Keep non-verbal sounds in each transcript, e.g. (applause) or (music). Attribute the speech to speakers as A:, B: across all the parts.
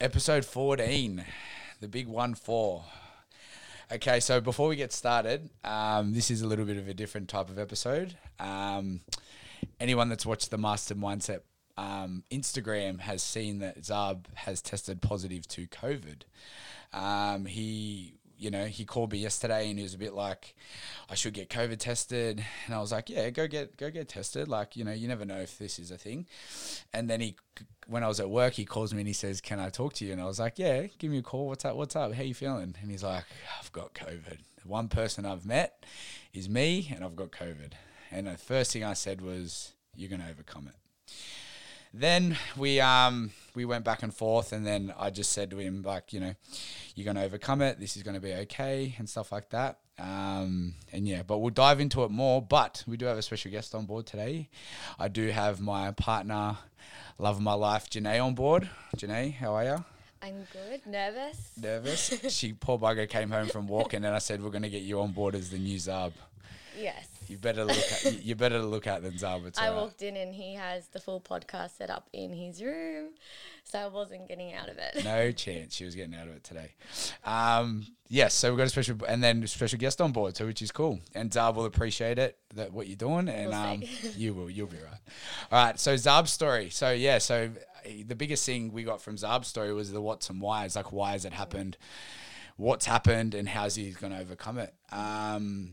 A: Episode 14, the big one four. Okay, so before we get started, um, this is a little bit of a different type of episode. Um, anyone that's watched the Master Mindset um, Instagram has seen that Zab has tested positive to COVID. Um, he, you know, he called me yesterday and he was a bit like, "I should get COVID tested," and I was like, "Yeah, go get go get tested." Like, you know, you never know if this is a thing. And then he, when I was at work, he calls me and he says, "Can I talk to you?" And I was like, "Yeah, give me a call. What's up? What's up? How you feeling?" And he's like, "I've got COVID. The one person I've met is me, and I've got COVID." And the first thing I said was, "You're gonna overcome it." then we um we went back and forth and then I just said to him like you know you're gonna overcome it this is gonna be okay and stuff like that um and yeah but we'll dive into it more but we do have a special guest on board today I do have my partner love of my life Janae on board Janae how are you
B: I'm good. Nervous.
A: nervous she poor bugger came home from walking and I said we're gonna get you on board as the new Zab
B: Yes.
A: you better look at, you- you better look out than Zab it's
B: I
A: alright.
B: walked in and he has the full podcast set up in his room, so I wasn't getting out of it.
A: No chance she was getting out of it today. Um, yes, so we've got a special and then a special guest on board, so which is cool. And Zab will appreciate it that what you're doing, and
B: We'll
A: um,
B: see.
A: you will, you'll be right. All right, so Zab's story. So yeah, so uh, the biggest thing we got from Zab's story was the what's and why's, like why has it happened, what's happened, and how's he going to overcome it. Um,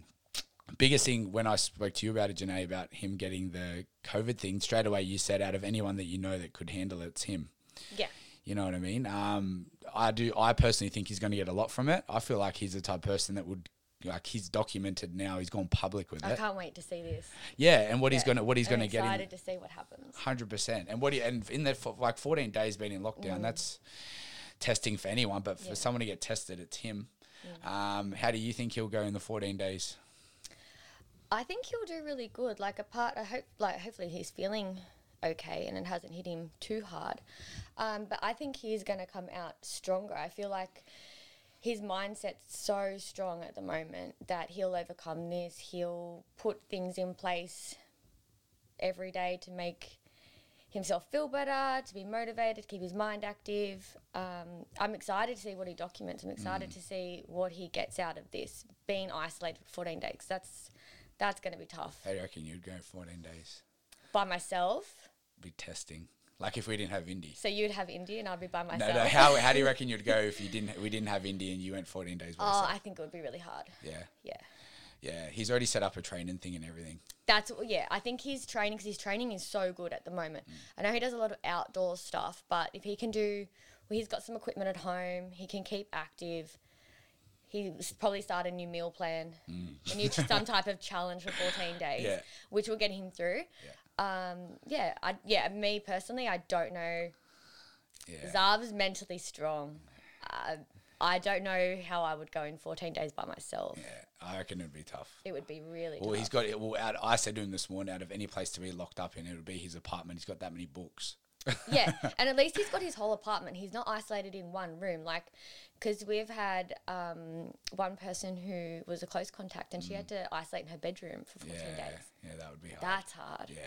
A: biggest thing when I spoke to you about it, Janae, about him getting the COVID thing straight away, you said out of anyone that you know that could handle it, it's him.
B: (laughs) Yeah.
A: You know what I mean? Um, I do. I personally think he's going to get a lot from it. I feel like he's the type of person that would like he's documented now. He's gone public with
B: I
A: it.
B: can't wait to see this.
A: Yeah, and what he's gonna what he's
B: I'm
A: gonna get in
B: excited to see what happens.
A: hundred percent. And what he, and in that for like fourteen days being in lockdown, that's testing for anyone. But for
B: Mm. Yeah.
A: someone to get tested, it's him. Um, how do you think he'll go in the fourteen days?
B: I think he'll do really good. Like apart, I hope like hopefully he's feeling okay and it hasn't hit him too hard. Um, but I think he's going to come out stronger. I feel like his mindset's so strong at the moment that he'll overcome this. He'll put things in place every day to make himself feel better, to be motivated, keep his mind active. Um, I'm excited to see what he documents. I'm excited
A: Mm.
B: to see what he gets out of this being isolated for 14 days. That's that's going to be tough
A: How do you reckon you'd go fourteen days?
B: by myself.
A: Be testing. Like if we didn't have Indy.
B: So you'd have India and I'd be by
A: No,
B: myself.
A: no. How, how do you reckon you'd go if you didn't we didn't have Indy and you went fourteen days? by
B: oh,
A: yourself?
B: I think it would be really hard.
A: yeah.
B: Yeah.
A: Yeah, he's already set up a training thing and everything.
B: That's yeah. I think his training, because his training is so good at the moment.
A: Mm.
B: I know he does a lot of outdoor stuff, but if he can do, well, he's got some equipment at home. He can keep active. He's probably start a new meal plan, a new
A: (laughs)
B: some type of challenge for fourteen days,
A: Mm. Yeah.
B: which will get him through. Yeah. Um, yeah, I, yeah. Me personally, I don't know.
A: Yeah.
B: Zav's mentally strong. Uh, I don't know how I would go in fourteen days by myself.
A: yeah, I reckon it'd be tough.
B: It would be really.
A: Well,
B: tough.
A: he's got it. Well, out, I said to him this morning, out of any place to be locked up in, it would be his apartment. He's got that many books.
B: yeah, and at least he's got his whole apartment. He's not isolated in one room, like because we've had um, one person who was a close contact and she had to isolate in her bedroom for
A: Mm. Yeah,
B: fourteen days.
A: yeah, that would be hard.
B: That's hard.
A: Yeah.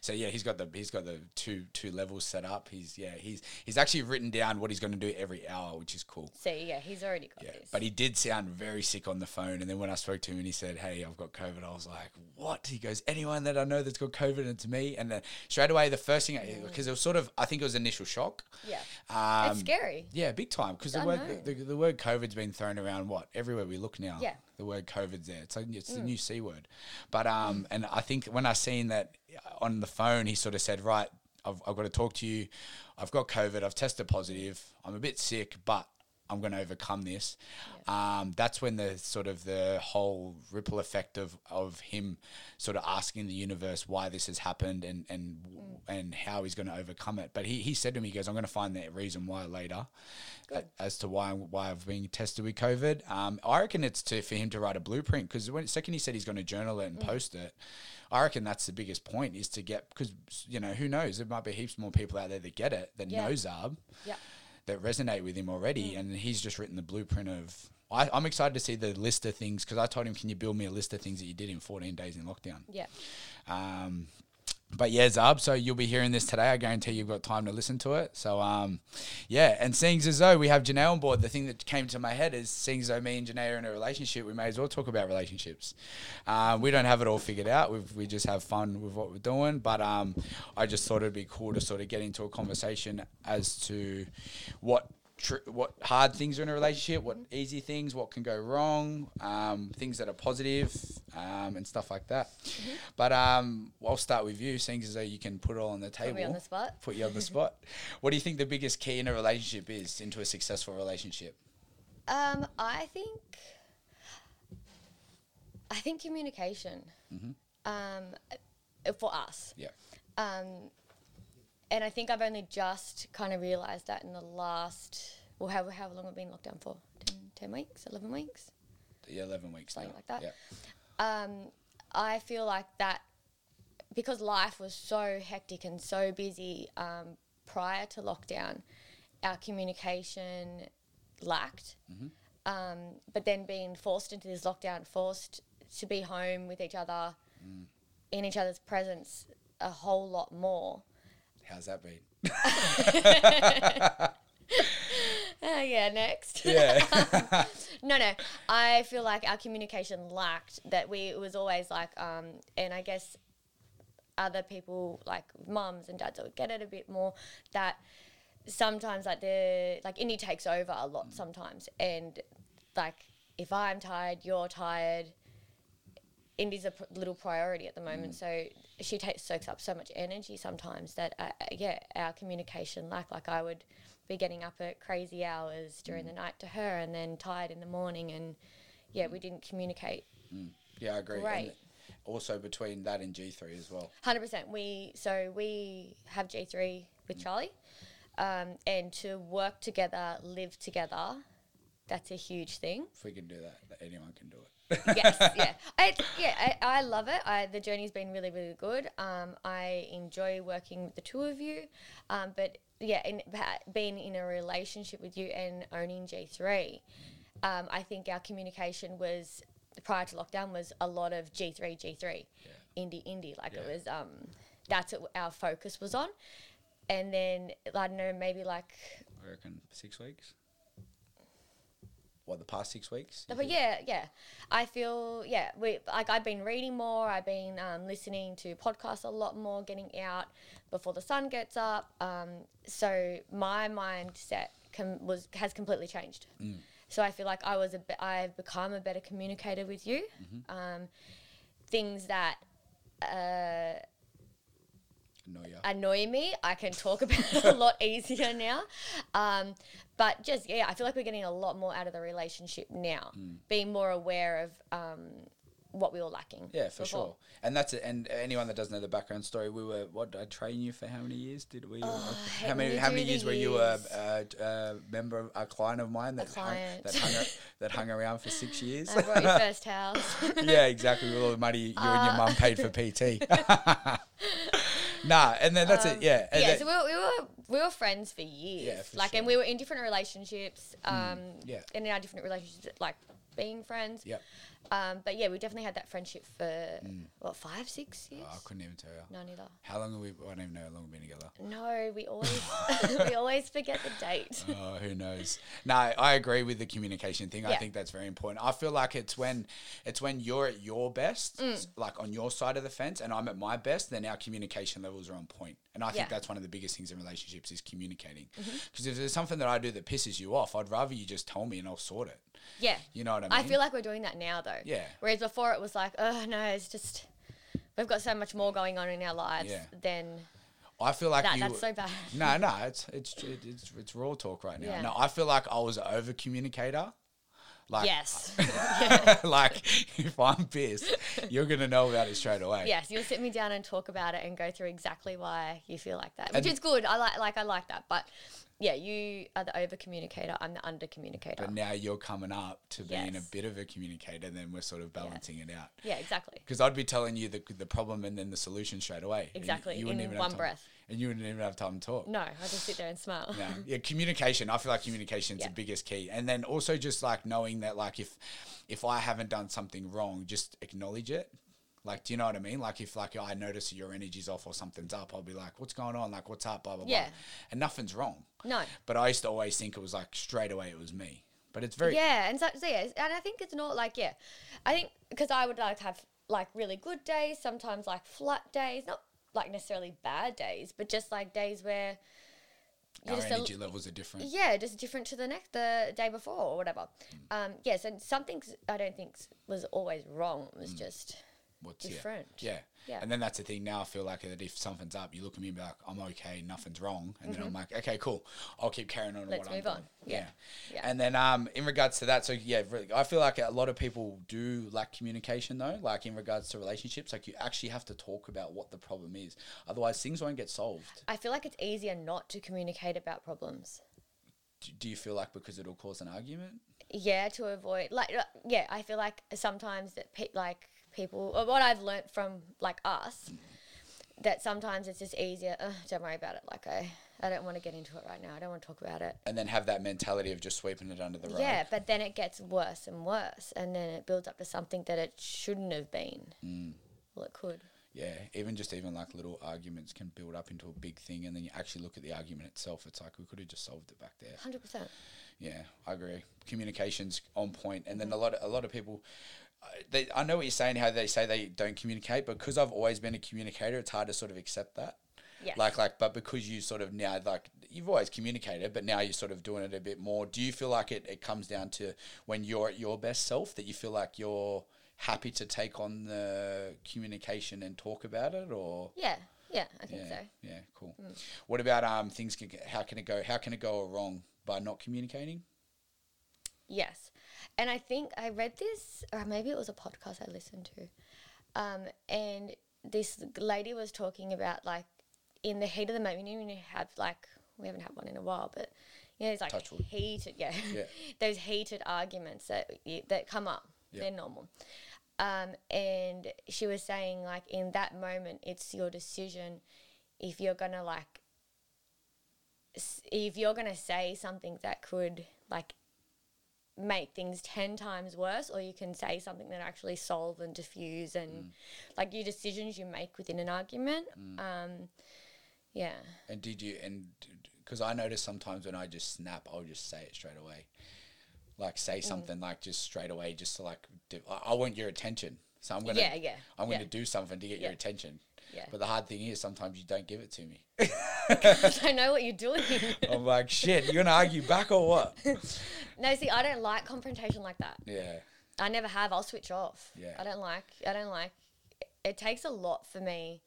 A: So yeah, he's got the he's got the two two levels set up. He's yeah he's he's actually written down what he's going to do every hour, which is cool.
B: So yeah, he's already got
A: Yeah,
B: this.
A: but he did sound very sick on the phone. And then when I spoke to him and he said, Hey, I've got COVID, I was like, What? He goes, Anyone that I know that's got COVID, and it's me. And then straight away, the first thing, because it was sort of, I think it was initial shock.
B: yeah,
A: Um,
B: it's scary.
A: Yeah, big time. Because the word
B: unknown.
A: the, the word COVID's been thrown around what everywhere we look now.
B: Yeah.
A: the word COVID's there. It's like it's the new c word. But um, and I think when I seen that on the phone, he sort of said, "Right, I've, I've got to talk to you. I've got COVID. I've tested positive. I'm a bit sick, but." I'm going to overcome this. Um, that's when the sort of the whole ripple effect of, of him sort of asking the universe why this has happened and and and how he's going to overcome it. But he, he said to me, he goes, "I'm going to find that reason why later." a- as to why why I've been tested with COVID. Um, I reckon it's to for him to write a blueprint because when second he said he's going to journal it and post it, I reckon that's the biggest point is to get because you know who knows there might be heaps more people out there that get it that
B: Yeah.
A: know Zarb
B: Yeah,
A: that resonate with him already, and he's just written the blueprint of. I, I'm excited to see the list of things because I told him, "Can you build me a list of things that you did in 14 days in lockdown?"
B: yeah,
A: Um, but yeah, Zab, so you'll be hearing this today. I guarantee you've got time to listen to it. So, um, yeah, and seeing as though we have Janae on board, the thing that came to my head is seeing as though me and Janae are in a relationship, we may as well talk about relationships. Um, we don't have it all figured out. We've, we just have fun with what we're doing. But um, I just thought it'd be cool to sort of get into a conversation as to what tr- what hard things are in a relationship, what easy things, what can go wrong, um, things that are positive, um, and stuff like that.
B: Mm-hmm.
A: But um, I'll start with you, seeing as though you can put it all on the table.
B: me on the spot.
A: Put you on the spot. What do you think the biggest key in a relationship is into a successful relationship?
B: Um, I think I think communication.
A: Mm-hmm.
B: Um, for us,
A: Yeah.
B: um, and I think I've only just kind of realised that in the last well, how how long have we been locked down for? 10, 10 weeks, eleven weeks.
A: Yeah, 11 weeks.
B: Something
A: now.
B: like that.
A: Yeah.
B: um, I feel like that because life was so hectic and so busy um, prior to lockdown, our communication lacked. Um, but then being forced into this lockdown, forced to be home with each other, in each other's presence, a whole lot more.
A: How's that been?
B: Oh (laughs) yeah, next.
A: Yeah.
B: (laughs)
A: (laughs)
B: no, no. I feel like our communication lacked that we it was always like, um, and I guess other people like mums and dads would get it a bit more that sometimes like the like indie takes over a lot sometimes and like if I'm tired, you're tired. Indy's a pr- little priority at the moment, so she takes soaks up so much energy sometimes that uh, uh, yeah, our communication lack. Like I would be getting up at crazy hours during the night to her, and then tired in the morning, and yeah, we didn't communicate.
A: yeah, I agree. And
B: Great.
A: also between that and G3 as well.
B: Hundred percent. We so we have G three with Charlie, um, and to work together, live together, that's a huge thing.
A: If we can do that, anyone can do it.
B: yes, yeah, I, yeah, I, I love it. I, the journey's been really, really good. Um, I enjoy working with the two of you, um, but yeah, in, ha- being in a relationship with you and owning G three, um, I think our communication was prior to lockdown was a lot of G three, G three, indie, indie. Like it
A: Yeah.
B: was, um, that's what our focus was on. And then I don't know, maybe like,
A: I reckon six weeks. What the past six weeks? You
B: but
A: think?
B: yeah, yeah. I feel yeah. We like I've been reading more. I've been um, listening to podcasts a lot more. Getting out before the sun gets up. Um, so my mindset com- was has completely changed. So I feel like I was a be- I've become a better communicator with you. Um, things that uh,
A: No, yeah.
B: annoy me, I can talk about
A: (laughs)
B: it a lot easier now. Um, but just yeah, I feel like we're getting a lot more out of the relationship now,
A: Hmm.
B: being more aware of um, what we were lacking.
A: Yeah, for
B: before.
A: sure. And that's it. And anyone that doesn't know the background story, we were what did I train you for how many years? Did
B: Oh,
A: we? uh, how
B: let
A: many
B: me
A: how
B: do
A: many
B: the
A: years were you a,
B: years.
A: a, a member, of, a client of mine that hung,
B: client.
A: that hung a- that hung around for six
B: (laughs)
A: years?
B: I
A: (laughs)
B: brought your first house.
A: yeah, exactly. With all the money you and your
B: Uh,
A: mum paid for PT. (laughs) nah, and then that's it. Yeah, and
B: Um, yeah,
A: then-
B: so we were, we were we were friends for years.
A: Yeah, for
B: like, and
A: sure. Hmm,
B: we were in different relationships. Um,
A: yeah.
B: and in our different relationships, like being friends.
A: yep.
B: Um, but yeah, we definitely had that friendship for
A: Hmm.
B: what five, six years.
A: Oh, I couldn't even tell you.
B: No, neither.
A: How long have we? I don't even know how long we've been together.
B: No, we always (laughs) we always forget the date.
A: Oh, who knows? No, I agree with the communication thing. I
B: Yeah.
A: think that's very important. I feel like it's when it's when you're at your best,
B: Mm.
A: s- like on your side of the fence, and I'm at my best, then our communication levels are on point. And I think
B: Yeah. Mm-hmm.
A: that's one of the biggest things in relationships is communicating. Because if there's something that I do that pisses you off, I'd rather you just tell me and I'll sort it.
B: Yeah.
A: You know what I mean?
B: I feel like we're doing that now though.
A: Yeah.
B: Whereas before it was like, oh no, it's just we've got so much more going on in our lives
A: Yeah.
B: than
A: I feel like
B: that.
A: you,
B: That's so bad.
A: No, no, it's it's it- it's it's raw talk right now.
B: Yeah.
A: No, I feel like I was an over communicator. Like
B: yes.
A: (laughs) like if I'm pissed, you're gonna know about it straight away.
B: yes. You'll sit me down and talk about it and go through exactly why you feel like that.
A: And-
B: Which is good. I like like I like that. But yeah, you are the over communicator, I'm the under communicator.
A: But now you're coming up to being
B: Yes.
A: a bit of a communicator, then we're sort of balancing it out.
B: yeah, exactly.
A: Because I'd be telling you the, the problem and then the solution straight away. and you-
B: Exactly,
A: You, wouldn't
B: in
A: even
B: one
A: have time,
B: breath.
A: And you wouldn't even have time to talk.
B: No, I just sit there and smile.
A: Yeah. yeah, communication. I feel like communication is
B: Yeah.
A: the biggest key, and then also just like knowing that, like if if I haven't done something wrong, just acknowledge it. Like, do you know what I mean? Like, if like I notice your energy's off or something's up, I'll be like, "What's going on? Like, what's up?" Blah blah
B: Yeah.
A: blah. And nothing's wrong.
B: No.
A: But I used to always think it was like straight away it was me. But it's very
B: Yeah, and so, so yeah, and I think it's not like yeah, I think because I would like to have like really good days, sometimes like flat days, not like necessarily bad days, but just like days where
A: our
B: just a l-
A: energy levels are different.
B: yeah, just different to the next the day before or whatever.
A: Mm.
B: Um, yes, and something I don't think s- was always wrong. It was
A: Mm.
B: just
A: What's
B: different.
A: Yeah. yeah.
B: Yeah.
A: And then that's the thing. Now I feel like that if something's up, you look at me and be like, I'm okay, nothing's wrong. And then I'm like, okay, cool. I'll keep carrying on.
B: Mm-hmm. Let's
A: what
B: move
A: I'm
B: on.
A: Doing.
B: Yeah. Yeah.
A: And then um, in regards to that, so yeah, really, I feel like a lot of people do lack communication though, like in regards to relationships, like you actually have to talk about what the problem is. Otherwise, things won't get solved.
B: I feel like it's easier not to communicate about problems.
A: Do, do you feel like because it'll cause an argument?
B: yeah to avoid like uh, yeah i feel like sometimes that pe- like people or what i've learnt from like us that sometimes it's just easier "Ugh, don't worry about it like i i don't want to get into it right now i don't want to talk about it
A: And then have that mentality of just sweeping it under the rug.
B: yeah but then it gets worse and worse and then it builds up to something that it shouldn't have been
A: Mm.
B: well it could
A: Yeah, even just even like little arguments can build up into a big thing, and then you actually look at the argument itself. It's like we could have just solved it back there.
B: 100%
A: Yeah, I agree. Communications on point, and then a lot of, a lot of people. uh, They, I know what you're saying. How they say they don't communicate, but because I've always been a communicator, it's hard to sort of accept that.
B: Yes.
A: Like, like, but because you sort of now, like, you've always communicated, but now you're sort of doing it a bit more. Do you feel like it, it comes down to when you're at your best self that you feel like you're happy to take on the communication and talk about it, or
B: yeah yeah i think
A: yeah,
B: so Mm.
A: yeah, cool. What about um things? Can, how can it go? How can it go wrong by not communicating?
B: Yes. And I think I read this, or maybe it was a podcast I listened to. Um, and this lady was talking about, like, in the heat of the moment, you know, when you have, like, we haven't had one in a while, but, you know, it's like
A: Touch wood.
B: heated, yeah,
A: Yeah.
B: (laughs) those heated arguments that, you, that come up.
A: Yeah.
B: They're normal. Um, and she was saying, like, in that moment, it's your decision if you're going to, like, s- if you're going to say something that could, like, make things 10 times worse or you can say something that actually solve and diffuse and
A: Mm.
B: like your decisions you make within an argument um yeah
A: And did you and because I notice sometimes when I just snap, I'll just say it straight away, like
B: Mm.
A: say something like just straight away, just to like do, I, I want your attention, so I'm gonna
B: Yeah, yeah,
A: I'm
B: yeah.
A: gonna do something to get your
B: Yeah.
A: attention.
B: Yeah.
A: But the hard thing is sometimes you don't give it to me.
B: (laughs) i know what
A: (laughs)
B: you're doing (laughs)
A: I'm like shit. You're gonna argue back or what?
B: no see i don't like confrontation like that
A: yeah.
B: i never have i'll switch off
A: Yeah.
B: i don't like i don't like it takes a lot for me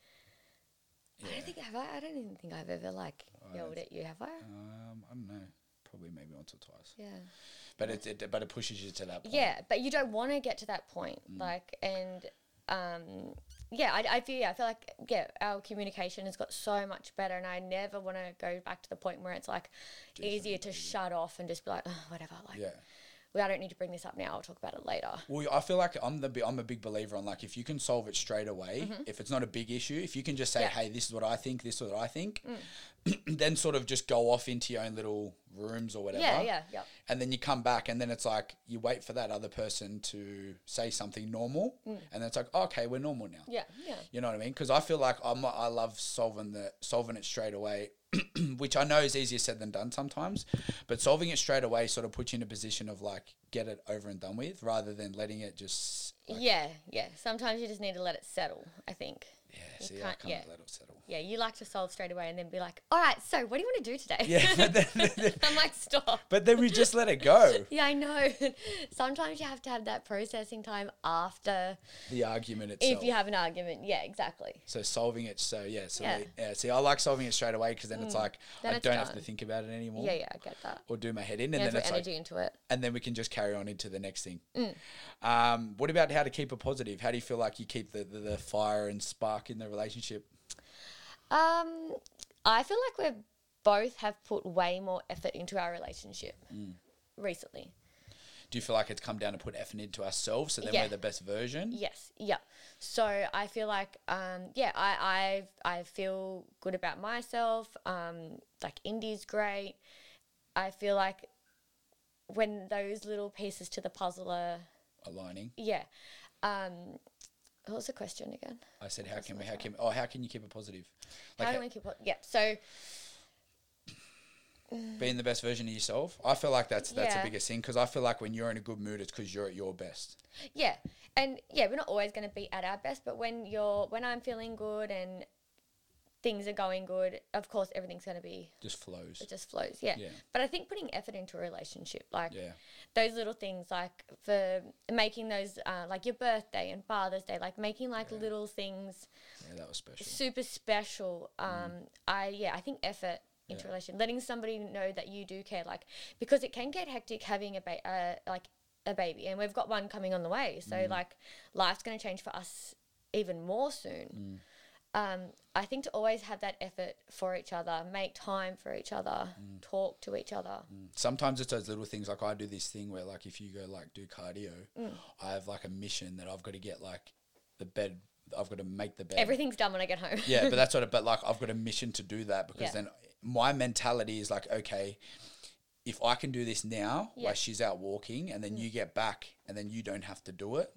B: i
A: Yeah.
B: don't think have i i don't even think i've ever like yelled at you have i
A: Um, I don't know. Probably maybe once or twice.
B: yeah
A: But it, it but it pushes you to that point.
B: yeah but you don't want to get to that point
A: Mm.
B: like and um yeah I, I feel yeah i feel like yeah our communication has got so much better and i never want to go back to the point where it's like easier to shut off and just be like oh, whatever like
A: Yeah.
B: well, i don't need to bring this up now i'll talk about it later
A: Well, I feel like I'm the bi- I'm a big believer on like if you can solve it straight away, if it's not a big issue, if you can just say,
B: Mm-hmm. Yeah. Mm.
A: "Hey, this is what I think, this is what I think," (clears throat) then sort of just go off into your own little rooms or whatever.
B: yeah yeah yeah
A: And then you come back, and then it's like you wait for that other person to say something normal, and then it's like, "Oh, "Okay, we're normal now."
B: Mm. yeah yeah
A: You know what I mean? Because I feel like I'm I love solving the solving it straight away, (clears throat) which I know is easier said than done sometimes. But solving it straight away sort of puts you in a position of like get it over and done with, rather than letting it just
B: yeah yeah sometimes you just need to let it settle i think
A: yeah.
B: You
A: see, I
B: can't-
A: can't
B: yeah.
A: let it settle. (laughs)
B: yeah you like to solve straight away and then be like all right so what do you want to do today
A: Yeah, but then,
B: (laughs)
A: (laughs)
B: i'm like stop
A: but then we just let it go.
B: Yeah, I know. (laughs) Sometimes you have to have that processing time after
A: The argument itself.
B: if you have an argument. Yeah, exactly.
A: so solving it, so yeah, so
B: Yeah. Mm.
A: yeah. See, I like solving it straight away because then it's like
B: Then
A: I
B: it's
A: don't have
B: done.
A: to think about it anymore,
B: Yeah, yeah, I get that.
A: or do my head in, Oh. and
B: You
A: then
B: have to
A: it's
B: put
A: like
B: energy into it.
A: and then we can just carry on into the next thing.
B: Mm.
A: Um, what about how to keep it positive? How do you feel like you keep the, the, the fire and spark in the relationship?
B: Um, I feel like we are both have put way more effort into our relationship
A: Mm.
B: recently.
A: Do you feel like it's come down to put effort into ourselves so then
B: Yeah.
A: we're the best version?
B: Yes, yeah. So I feel like, um, yeah, I I I feel good about myself. Um, like indie's great. I feel like when those little pieces to the puzzle are
A: Aligning.
B: Yeah. Um, What was the question again?
A: I said, how
B: That's
A: can we,
B: not
A: how
B: right.
A: can, oh, how can you keep it positive? Like,
B: How do we keep on? Yeah. So
A: being the best version of yourself. I feel like that's that's the
B: Yeah.
A: biggest thing because I feel like when you're in a good mood, it's because you're at your best.
B: yeah, and yeah, we're not always going to be at our best, but when you're when I'm feeling good and things are going good, of course everything's going to be
A: Just flows.
B: it just flows. Yeah.
A: Yeah.
B: But I think putting effort into a relationship, like
A: Yeah.
B: those little things, like for making those, uh, like your birthday and Father's Day, like making like little things
A: Yeah, that was special.
B: super special. Um, I yeah, I think effort into
A: Mm. Yeah.
B: relation, letting somebody know that you do care, like because it can get hectic having a ba- uh, like a baby, and we've got one coming on the way, so
A: Mm.
B: like life's going to change for us even more soon.
A: Mm.
B: Um, I think to always have that effort for each other, make time for each other,
A: Mm.
B: talk to each other.
A: Sometimes it's those little things. Like I do this thing where, like, if you go like do cardio,
B: Mm.
A: I have like a mission that I've got to get like the bed. I've got to make the bed.
B: Everything's done when I get home.
A: Yeah, but
B: (laughs)
A: that's what. It, but like, I've got a mission to do that because
B: Yeah.
A: then my mentality is like, okay, if I can do this now
B: Yeah. Mm.
A: while she's out walking, and then you get back, and then you don't have to do it,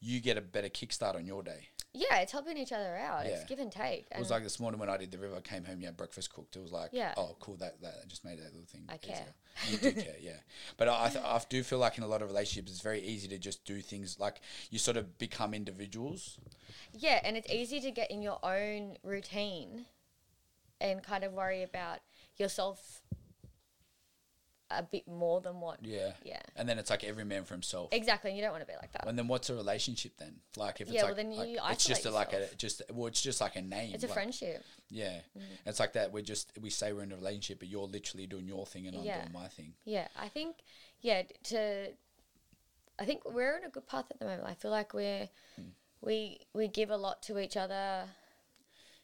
A: you get a better kickstart on your day.
B: yeah, it's helping each other out.
A: Yeah.
B: It's give and take.
A: It
B: And
A: was like this morning when I did the river, I came home, yeah, breakfast cooked. It was like,
B: Yeah.
A: oh, cool, that, that just made that little thing.
B: I care.
A: Easier. You do care,
B: (laughs)
A: yeah. But I, I th- I do feel like in a lot of relationships, it's very easy to just do things like you sort of become individuals.
B: Yeah, and it's easy to get in your own routine and kind of worry about yourself a bit more than what.
A: Yeah.
B: Yeah.
A: And then it's like every man for himself.
B: Exactly. And you don't want to be like that.
A: and then what's a relationship then? Like if it's
B: Yeah, well,
A: like,
B: then
A: like
B: you
A: it's just a,
B: isolate
A: like a
B: yourself.
A: just well, it's just like a name.
B: It's a Mm-hmm.
A: like-
B: friendship.
A: Yeah, it's like that. We're just we say we're in a relationship, but you're literally doing your thing and I'm
B: Yeah.
A: doing my thing.
B: Yeah. I think, yeah, d- to. I think we're on a good path at the moment. I feel like we're.
A: Hmm.
B: We, we give a lot to each other,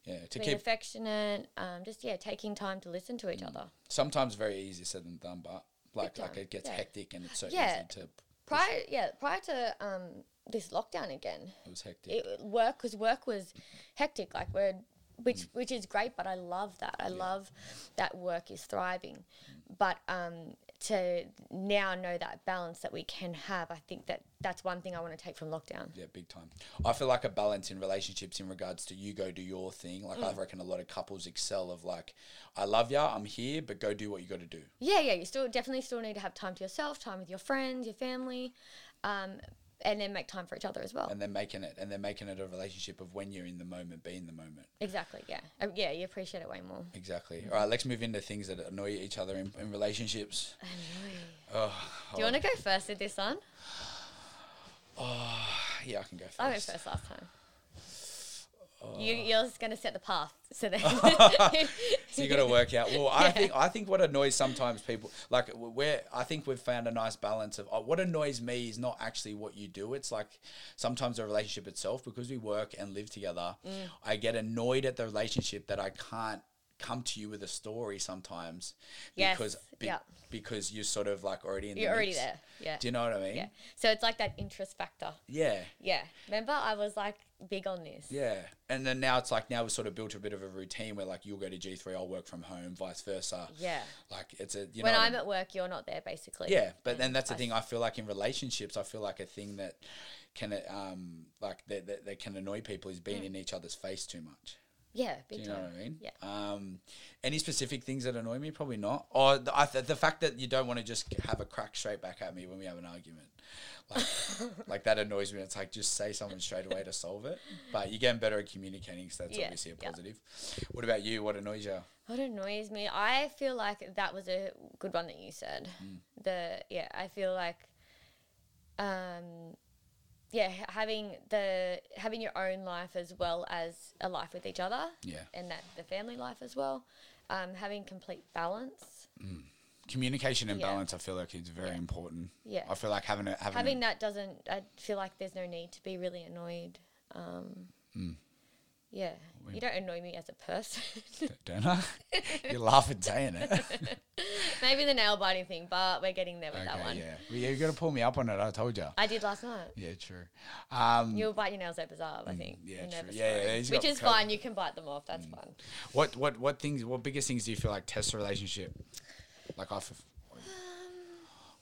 A: Yeah, to
B: being
A: keep Hmm.
B: affectionate, um, just yeah, taking time to listen to each other.
A: sometimes very easier said than done, but like
B: Big
A: like
B: time,
A: it gets
B: yeah.
A: hectic and it's so
B: Yeah.
A: easy to.
B: Prior, yeah, prior to um, this lockdown again,
A: It was hectic.
B: it, work because work was hectic like we're which
A: Mm.
B: which is great but i love that i love that work is thriving but um to now know that balance that we can have i think that that's one thing i want to take from lockdown
A: Yeah, big time. I feel like a balance in relationships in regards to you go do your thing. Like
B: Mm.
A: I reckon a lot of couples excel of like, I love ya, I'm here, but go do what you got to do.
B: yeah yeah you still definitely still need to have time to yourself time with your friends your family um and then make time for each other as well
A: And they're making it, and they're making it a relationship of when you're in the moment, be in the moment.
B: exactly yeah Um, yeah you appreciate it way more
A: Exactly.
B: Mm.
A: All right, let's move into things that annoy each other in, in relationships. (sighs) Oh,
B: do you want to go first with this one
A: yeah, I can go first.
B: i went first last time
A: Oh.
B: you, you're just going to set the path
A: (laughs)
B: so then (laughs)
A: So you got to work out. Well, I think I think what annoys sometimes people like w- where I think we've found a nice balance of uh, what annoys me is not actually what you do. It's like sometimes the relationship itself because we work and live together.
B: Mm.
A: I get annoyed at the relationship that I can't come to you with a story sometimes
B: Yes,
A: because
B: yeah.
A: because you're sort of like already in the
B: You're already
A: mix.
B: there. Yeah.
A: Do you know what I mean?
B: yeah. So it's like that interest factor.
A: Yeah.
B: Yeah. Remember, I was like big on this.
A: Yeah. And then now it's like now we've sort of built a bit of a routine where like you'll go to G three, I'll work from home, vice versa.
B: Yeah.
A: Like it's a you
B: when
A: know what I
B: I'm
A: mean?
B: at work, you're not there, basically.
A: Yeah, but then
B: And
A: that's the
B: I-
A: thing. I feel like in relationships, I feel like a thing that can uh, um like that, that, that can annoy people is being in each other's face too much.
B: Yeah.
A: Do
B: Mm. Big
A: you
B: time.
A: know what I mean?
B: Yeah.
A: Um, any specific things that annoy me? Probably not. Or the, I, the fact that you don't want to just have a crack straight back at me when we have an argument, like like that annoys me. It's like just say something straight away to solve it. But you're getting better at communicating, so that's
B: Yeah,
A: obviously a
B: yeah.
A: positive. What about you? What annoys you?
B: (laughs) What annoys me, I feel like that was a good one that you said.
A: Mm.
B: The yeah, I feel like, um, yeah, ha- having the having your own life as well as a life with each other.
A: Yeah.
B: And that the family life as well, um, having complete balance.
A: Communication and
B: Yeah.
A: balance. I feel like it's very important.
B: Yeah.
A: I feel like having a having,
B: having
A: a,
B: that doesn't i feel like there's no need to be really annoyed um
A: Hmm.
B: yeah you don't annoy me as a person (laughs)
A: don't I? You're laughing saying it.
B: maybe the nail biting thing but we're getting there with that one
A: yeah. Well, yeah, you got to pull me up on it. I told you.
B: i did last night
A: Yeah, true. Um,
B: You'll bite your nails at bizarre, I think.
A: Hmm, yeah,
B: in
A: true.
B: Nervous
A: Yeah, yeah,
B: Road,
A: he's
B: Which
A: got Hmm.
B: is
A: coke.
B: fine. You can bite them off. That's fun.
A: what what what things? What biggest things do you feel like test a relationship? Like I, f-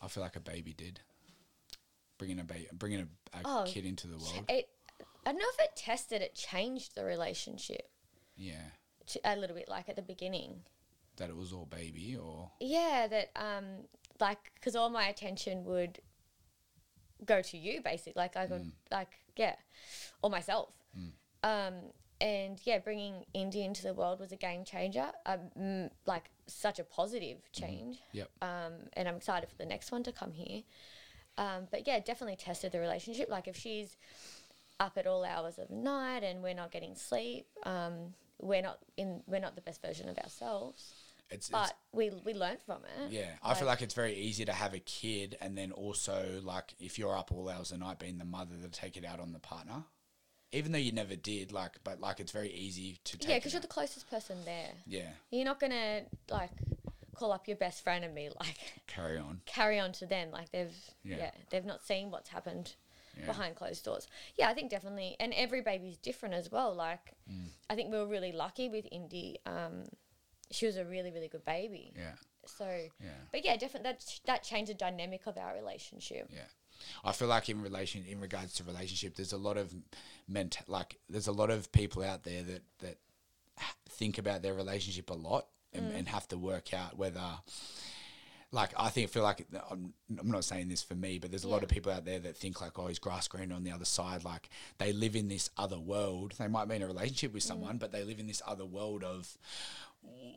A: I feel like a baby did. Bringing a baby, bringing a, a
B: Oh.
A: kid into the world.
B: It I don't know if it tested, it changed the relationship
A: Yeah.
B: to a little bit, like at the beginning.
A: That it was all baby or
B: Yeah, that um, like because all my attention would go to you, basically. Like I would, like yeah, or myself. Um, and yeah, bringing Indy into the world was a game changer. Um, mm, like such a positive change.
A: yep.
B: Um, and I'm excited for the next one to come here. Um, but yeah, definitely tested the relationship. Like if she's up at all hours of the night and we're not getting sleep, um, we're not in, we're not the best version of ourselves
A: It's, it's
B: but we we learned from it. (laughs)
A: yeah. I feel like it's very easy to have a kid and then also like if you're up all hours a night being the mother to take it out on the partner. Even though you never did, like but like it's very easy to take
B: yeah,
A: it
B: because you're
A: out.
B: the closest person there.
A: Yeah.
B: You're not gonna like call up your best friend and be like (laughs)
A: Carry on.
B: carry on to them like they've
A: Yeah.
B: yeah, they've not seen what's happened
A: Yeah.
B: behind closed doors. Yeah, I think definitely, and every baby's different as well. Like
A: Mm.
B: I think we were really lucky with Indy. Um, she was a really really good baby.
A: Yeah.
B: So,
A: Yeah.
B: but yeah, definitely that that changed the dynamic of our relationship.
A: Yeah. I feel like in relation in regards to relationship, there's a lot of ment like there's a lot of people out there that that h- think about their relationship a lot and,
B: Mm.
A: and have to work out whether like I think feel like I'm, I'm not saying this for me, but there's a lot
B: Yeah.
A: of people out there that think like, oh, he's grass green on the other side. Like they live in this other world. They might be in a relationship
B: Mm.
A: with someone, but they live in this other world of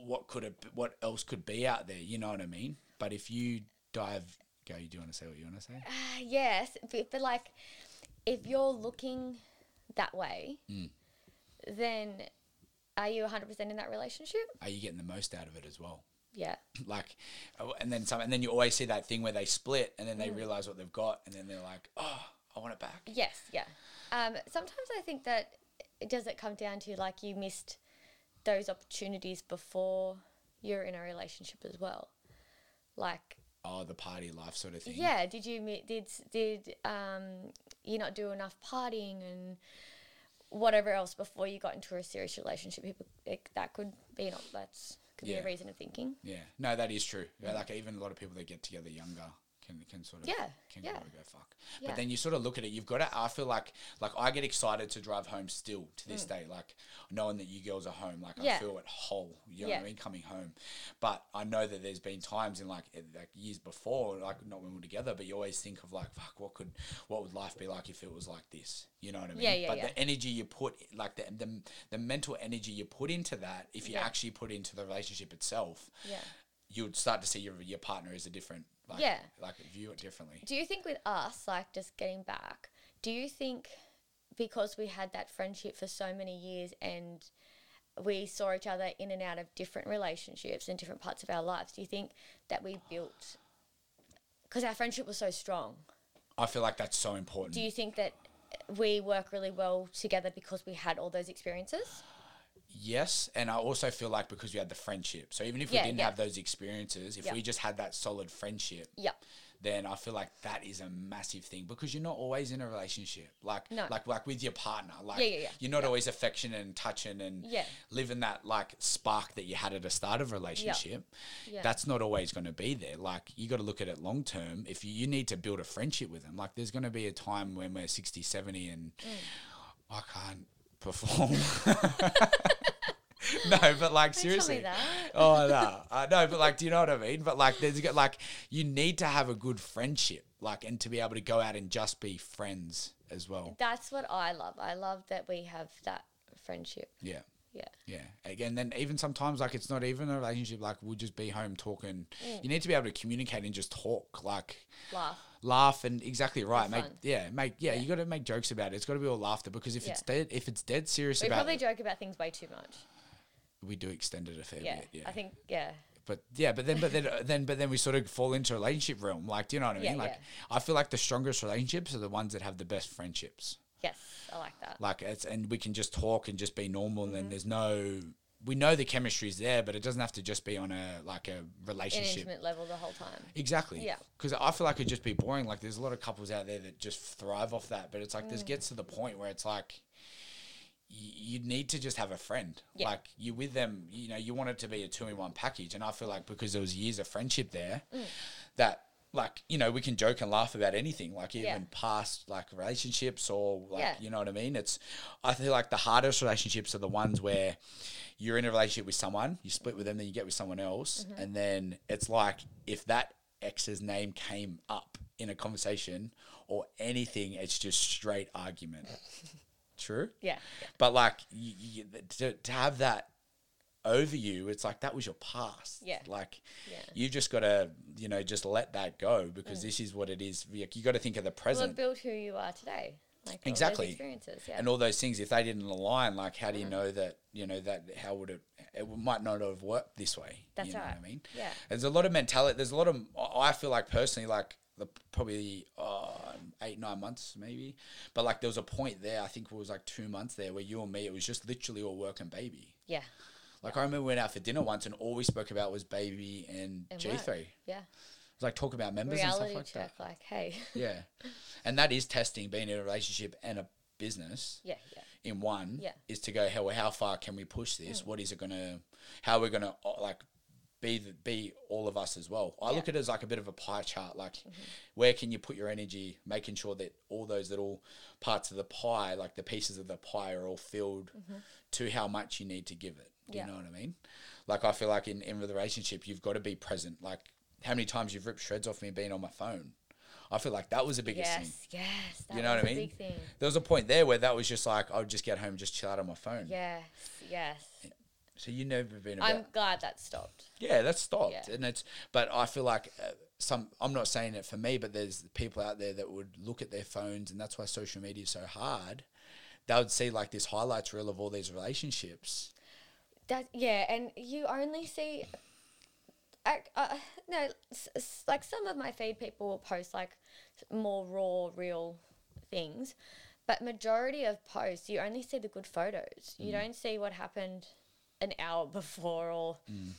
A: what could it, what else could be out there. You know what I mean? But if you dive, go. You do want to say what you want to say?
B: Uh, yes, but, but like if you're looking that way, then are you 100% in that relationship?
A: Are you getting the most out of it as well? (clears throat)
B: Yeah.
A: Like, oh, and then some, and then you always see that thing where they split, and then they realize what they've got, and then they're like, oh, I want it back.
B: Yes, Mm. yeah. Um, sometimes I think that does it come down to like you missed those opportunities before you're in a relationship as well. Like
A: Oh, the party life sort of thing.
B: Yeah. Did you mi- did did um you not do enough partying and whatever else before you got into a serious relationship? People it, that could be not that's could
A: Yeah.
B: be a reason of thinking.
A: Yeah, no, that is true. Yeah, like even a lot of people that get together younger can can sort of
B: Yeah,
A: can
B: yeah.
A: go go fuck.
B: Yeah.
A: But then you sort of look at it. You've got to. I feel like like I get excited to drive home still to this day. Like knowing that you girls are home, like I
B: Mm. Yeah.
A: feel it whole. You know what
B: Yeah.
A: I mean? Coming home, but I know that there's been times in like in, like years before, like not when we were together, but you always think of like fuck, what could what would life be like if it was like this? You know what I mean?
B: Yeah, yeah,
A: but
B: yeah.
A: the energy you put, like the, the the mental energy you put into that, if you
B: Yeah.
A: actually put into the relationship itself,
B: Yeah.
A: you'd start to see your your partner as a different like
B: Yeah.
A: like view it differently.
B: Do you think with us, like just getting back, do you think because we had that friendship for so many years and we saw each other in and out of different relationships and different parts of our lives, do you think that we built because our friendship was so strong?
A: I feel like that's so important.
B: do you think that we work really well together because we had all those experiences?
A: yes, and I also feel like because we had the friendship. So even if
B: Yeah,
A: we didn't
B: yeah.
A: have those experiences, if
B: Yeah.
A: we just had that solid friendship,
B: Yeah.
A: then I feel like that is a massive thing because you're not always in a relationship. Like
B: No.
A: like like with your partner. Like
B: Yeah, yeah, yeah.
A: you're not always affectionate and touching and
B: Yeah.
A: living that like spark that you had at the start of a relationship.
B: Yeah.
A: That's not always going to be there. Like you got to look at it long term. If you, you need to build a friendship with them, like there's going to be a time when we're 60, 70 and
B: Mm.
A: I can't perform. (laughs) no, but like
B: tell me
A: seriously.
B: that.
A: Oh no, I know, but like, do you know what I mean? But like, there's like, you need to have a good friendship, like, and to be able to go out and just be friends as well.
B: That's what I love. I love that we have that friendship.
A: Yeah,
B: Yeah.
A: yeah. Again, then even sometimes like it's not even a relationship. Like we'll just be home talking. You need to be able to communicate and just talk. Like
B: Laugh.
A: laugh and exactly right.
B: Have
A: Make
B: fun.
A: yeah, make yeah. You got to make jokes about it. It's got to be all laughter because if it's
B: Yeah.
A: dead, if it's dead serious
B: We
A: about,
B: probably
A: it,
B: joke about things way too much.
A: we do extend it a fair
B: Yeah.
A: bit. Yeah,
B: I think yeah.
A: but yeah, but then, but then, uh, then, but then we sort of fall into relationship realm. Like, do you know what I mean?
B: Yeah,
A: like, I feel like the strongest relationships are the ones that have the best friendships.
B: Yes, I like that.
A: Like, it's and we can just talk and just be normal, and
B: Mm-hmm.
A: then there's no, we know the chemistry's there, but it doesn't have to just be on a like a
B: An
A: relationship.
B: intimate level the whole time.
A: Exactly.
B: Yeah.
A: Because I feel like it'd just be boring. Like, there's a lot of couples out there that just thrive off that, but it's like
B: Mm.
A: this gets to the point where it's like. y- You need to just have a friend.
B: Yeah.
A: Like you with them,
B: Mm.
A: you know, you want it to be a two in one package. And I feel like because there was years of friendship there, that like you know we can joke and laugh about anything like even
B: Yeah.
A: past like relationships or like
B: Yeah.
A: you know what i mean it's i feel like the hardest relationships are the ones where you're in a relationship with someone you split with them then you get with someone else
B: Mm-hmm.
A: and then it's like if that ex's name came up in a conversation or anything it's just straight
B: (laughs)
A: argument true
B: Yeah.
A: but like you, you, to, to have that over you, it's like that was your past.
B: Yeah.
A: Like
B: Yeah. Mm.
A: you just got to, you know, just let that go because this is what it is. Like, you got to think of the
B: Well, it
A: present
B: built who you are today. Like all those
A: Exactly.
B: experiences. Yeah.
A: and all those things. If they didn't align, like how do
B: Mm.
A: you know that, you know, that how would it, it might not have worked this way.
B: That's
A: you know
B: right.
A: what I mean?
B: Yeah.
A: There's a lot of mentality. There's a lot of, I- I feel like personally, like the probably uh, eight, nine months maybe. But like there was a point there, I think it was like two months there where you and me, it was just literally all work and baby.
B: yeah.
A: Like I remember we went out for dinner once, and all we spoke about was baby and,
B: And
A: G
B: work.
A: three. It
B: Yeah.
A: was like talk about members
B: Reality
A: and stuff like
B: check. Like, hey. (laughs)
A: that. Yeah, and that is testing being in a relationship and a business
B: yeah. Yeah.
A: in one.
B: Yeah. Mm.
A: is to go how how far can we push this? What is it gonna? How we're gonna uh, like be the, be all of us as well. I look
B: Yeah. Mm-hmm.
A: at it as like a bit of a pie chart. Like where can you put your energy, making sure that all those little parts of the pie, like the pieces of the pie, are all filled to how much you need to give it. Do
B: Mm-hmm. Yeah.
A: You know what I mean? Like I feel like in in the relationship, you've got to be present. Like how many times you've ripped shreds off me being on my phone. I feel like that was the biggest thing.
B: Yes. Yes. That
A: You know
B: was
A: what I
B: a
A: mean?
B: Big thing.
A: There was a point there where that was just like I would just get home, and just chill out on my phone.
B: Yes. Yes.
A: So you never been about.
B: I'm glad that stopped.
A: yeah, that's stopped,
B: Yeah.
A: and it's. But I feel like uh, some. I'm not saying it for me, but there's people out there that would look at their phones, and that's why social media is so hard. They would see like this highlights reel of all these relationships.
B: That yeah, and you only see. I, uh, (laughs) no, s- s- like some of my feed people will post like more raw, real things, but majority of posts you only see the good photos.
A: Mm.
B: You don't see what happened an hour (laughs) before or
A: Mm.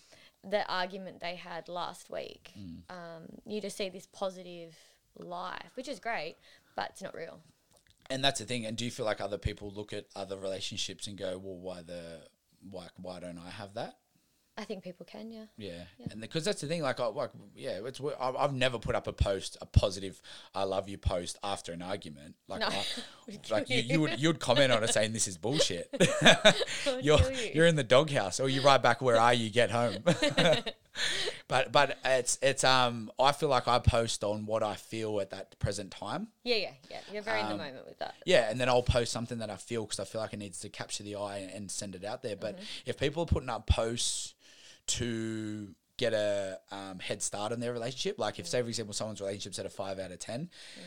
B: the argument they had last week. Um, you just see this positive life, which is great, but it's not real.
A: and that's the thing. And do you feel like other people look at other relationships and go, "Well, why the why why don't I have that?"
B: I think people can, yeah.
A: Yeah, and because that's the thing. Like, I like yeah, it's wh- I've I've never put up a post, a positive "I love you" post after an argument. Like,
B: No. (laughs)
A: I, Uh, like you, you would you'd comment on it saying this is
B: (laughs)
A: bullshit. you're
B: kill you.
A: you're in the doghouse, or you write back, "Where are you? Get
B: (laughs)
A: home." (laughs) but but it's it's um I feel like I post on what I feel at that present time.
B: Yeah, yeah, yeah. You're very
A: Um,
B: in the moment with that.
A: Yeah, and then I'll post something that I feel because I feel like it needs to capture the eye and, and send it out there. But
B: Mm-hmm.
A: if people are putting up posts to get a um, head start on their relationship, like if, say, for example, someone's relationship's at a five out of 10,
B: Mm.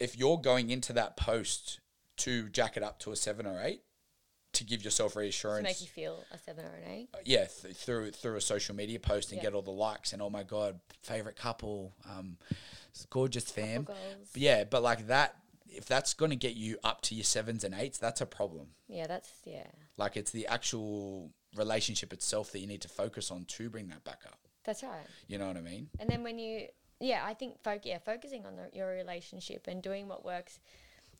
A: if you're going into that post to jack it up to a seven or eight to give yourself
B: To
A: reassurance,
B: make you feel a seven or an eight.
A: yeah, th- through through a social media post and
B: Yeah.
A: get all the likes and oh my god, favorite couple, um, it's gorgeous fam.
B: goals.
A: Yeah, but like that, if that's going to get you up to your sevens and eights, that's a problem.
B: Yeah, that's yeah.
A: Like it's the actual relationship itself that you need to focus on to bring that back up.
B: That's right.
A: You know what I mean?
B: And then when you yeah, I think foc yeah, focusing on the, your relationship and doing what works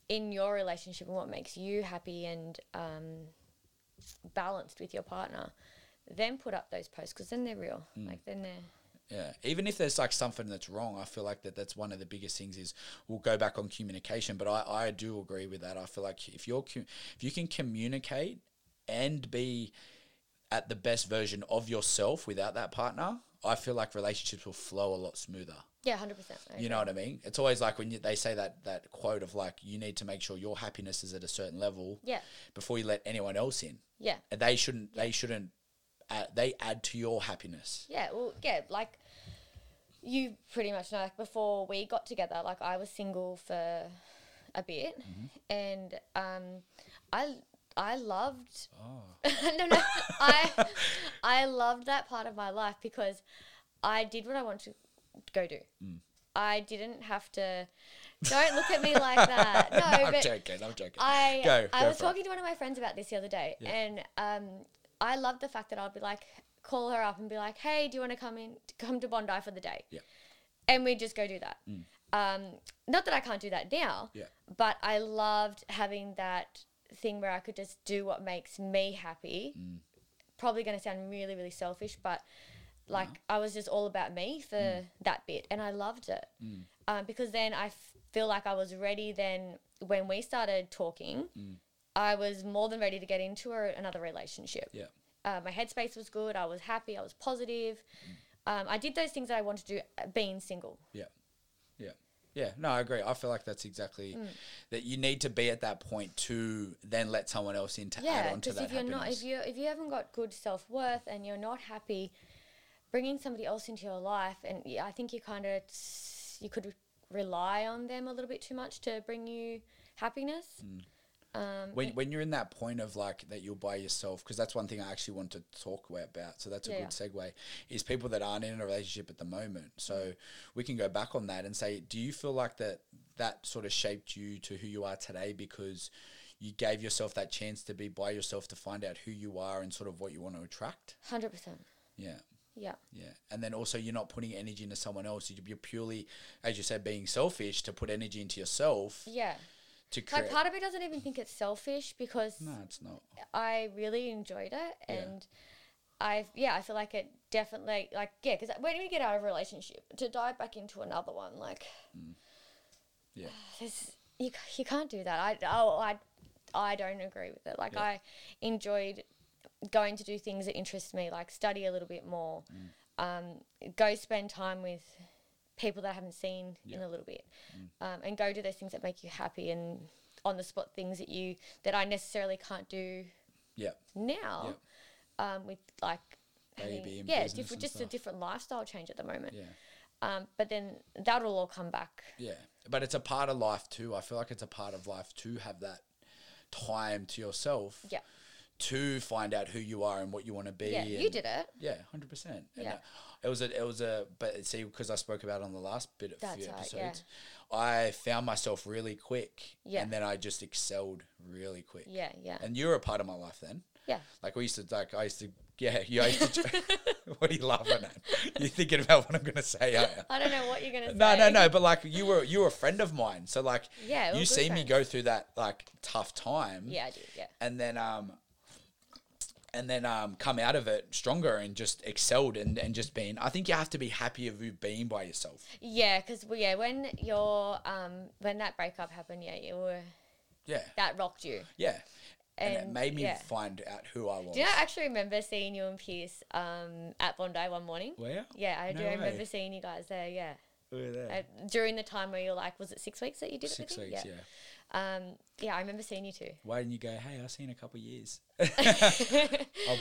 B: in your relationship and what makes you happy and um, balanced with your partner. Then put up those posts because then they're real.
A: Mm.
B: Like then they're
A: Yeah. Even if there's like something that's wrong, I feel like that that's one of the biggest things is we'll go back on communication. But I, I do agree with that. I feel like if you're cu- if you can communicate and be at the best version of yourself without that partner, I feel like relationships will flow a lot smoother.
B: yeah, hundred percent.
A: You know what I mean? It's always like when you, they say that that quote of like you need to make sure your happiness is at a certain level
B: Yeah,
A: before you let anyone else in.
B: yeah,
A: And they shouldn't. They shouldn't. Uh, they add to your happiness.
B: yeah. Well, yeah, like. You pretty much know, like before we got together, like I was single for a bit, and um, I I loved (laughs) no, no. I I loved that part of my life because I did what I wanted to go do. I didn't have to. Don't look at me like that. No,
A: (laughs) I'm
B: but
A: joking. I'm joking.
B: I
A: Go,
B: I
A: go
B: was
A: for it.
B: talking to one of my friends about this the other day, and um, I loved the fact that I'd be like, call her up and be like, hey, do you want to come in, come to Bondi for the day?
A: Yeah. Mm.
B: And we just go do that. Um, not that I can't do that now,
A: Yeah.
B: but I loved having that thing where I could
A: Mm.
B: just do what makes me happy. Probably going to sound really, really selfish, but Like I was just all about me for
A: Mm.
B: that bit, and I loved it um, because then I f- feel like I was ready. Then when we started talking,
A: Mm.
B: I was more than ready to get into a, another relationship.
A: Yeah.
B: Uh, my headspace was good. I was happy. I was positive.
A: Mm.
B: Um, I did those things that I wanted to do uh, being single.
A: Yeah. Yeah. Yeah. No, I agree. I feel like that's exactly
B: Mm.
A: that you need to be at that point to then let someone else in to add
B: yeah
A: on to
B: because
A: that
B: if you're not if
A: happiness.
B: you if you haven't got good self-worth and you're not happy bringing somebody else into your life and y- i think you kind of you could rely on them a little bit too much to bring you happiness
A: Mm.
B: um,
A: when, when you're in that point of like that you're by yourself because that's one thing i actually want to talk wa- about so that's a
B: Yeah.
A: good segue is people that aren't in a relationship at the moment so
B: Mm.
A: we can go back on that and say do you feel like that that sort of shaped you to who you are today because you gave yourself that chance to be by yourself to find out who you are and sort of what you want to attract
B: 100%
A: yeah
B: yeah
A: Yeah, and then also you're not putting energy into someone else. You- You're purely, as you said, being selfish to put energy into yourself
B: yeah
A: to
B: like
A: create.
B: part of me doesn't even think it's selfish because
A: no, it's not.
B: I really enjoyed it, and I yeah, I feel like it definitely like yeah, because when we get out of a relationship, to dive back into another one, like
A: Yeah.
B: there's you c- you can't do that. I oh I I don't agree with it. Like
A: Yeah.
B: I enjoyed going to do things that interest me, like study a little bit more,
A: Mm.
B: um, go spend time with people that I haven't seen in
A: Yeah. Mm.
B: a little bit, um, and go do those things that make you happy and on the spot things that you that I necessarily can't do
A: Yeah,
B: now um, with like having-
A: Baby and
B: yeah
A: business
B: different,
A: and
B: just a
A: stuff.
B: different lifestyle change at the moment
A: yeah,
B: um, but then that'll all come back
A: yeah. But it's a part of life too. I feel like it's a part of life to have that time to yourself.
B: yeah
A: To find out who you are and what you want to be.
B: yeah you
A: and-
B: did it
A: Yeah, hundred percent.
B: Yeah.
A: Yeah, it was a it was a but see because I spoke about it on the last bit of
B: That's
A: few
B: right,
A: episodes,
B: yeah.
A: I found myself really quick.
B: Yeah.
A: and then I just excelled really quick.
B: yeah yeah
A: and you were a part of my life then.
B: yeah
A: Like we used to, like I used to, yeah, you I used to.
B: (laughs)
A: (laughs) what are you laughing at? You're thinking about what I'm gonna say, aren't you?
B: (laughs) I don't know what you're
A: (laughs)
B: gonna
A: No,
B: say
A: no, no. But like you were, you were a friend of mine. So like,
B: Yeah, we're
A: you
B: good
A: see me
B: friends.
A: go through that like tough time.
B: yeah I did yeah
A: and then um, and then um, come out of it stronger and just excelled and and just being. I think you have to be happy of you being by yourself.
B: yeah because well, yeah when your um when that breakup happened yeah you were
A: Yeah,
B: that rocked you
A: yeah. And, it
B: And,
A: made me
B: yeah.
A: find out who I was.
B: do you know, I actually remember seeing you and Pierce um at Bondi one morning
A: Where?
B: yeah I do
A: No
B: remember
A: way.
B: seeing you guys there yeah
A: We were there.
B: uh, during the time where you're like was it six weeks that you did it
A: Six
B: with me?
A: weeks. Yeah.
B: Um, yeah, I remember seeing you too.
A: (laughs) Why didn't you go? Hey, I've seen a couple
B: (laughs)
A: years. I'll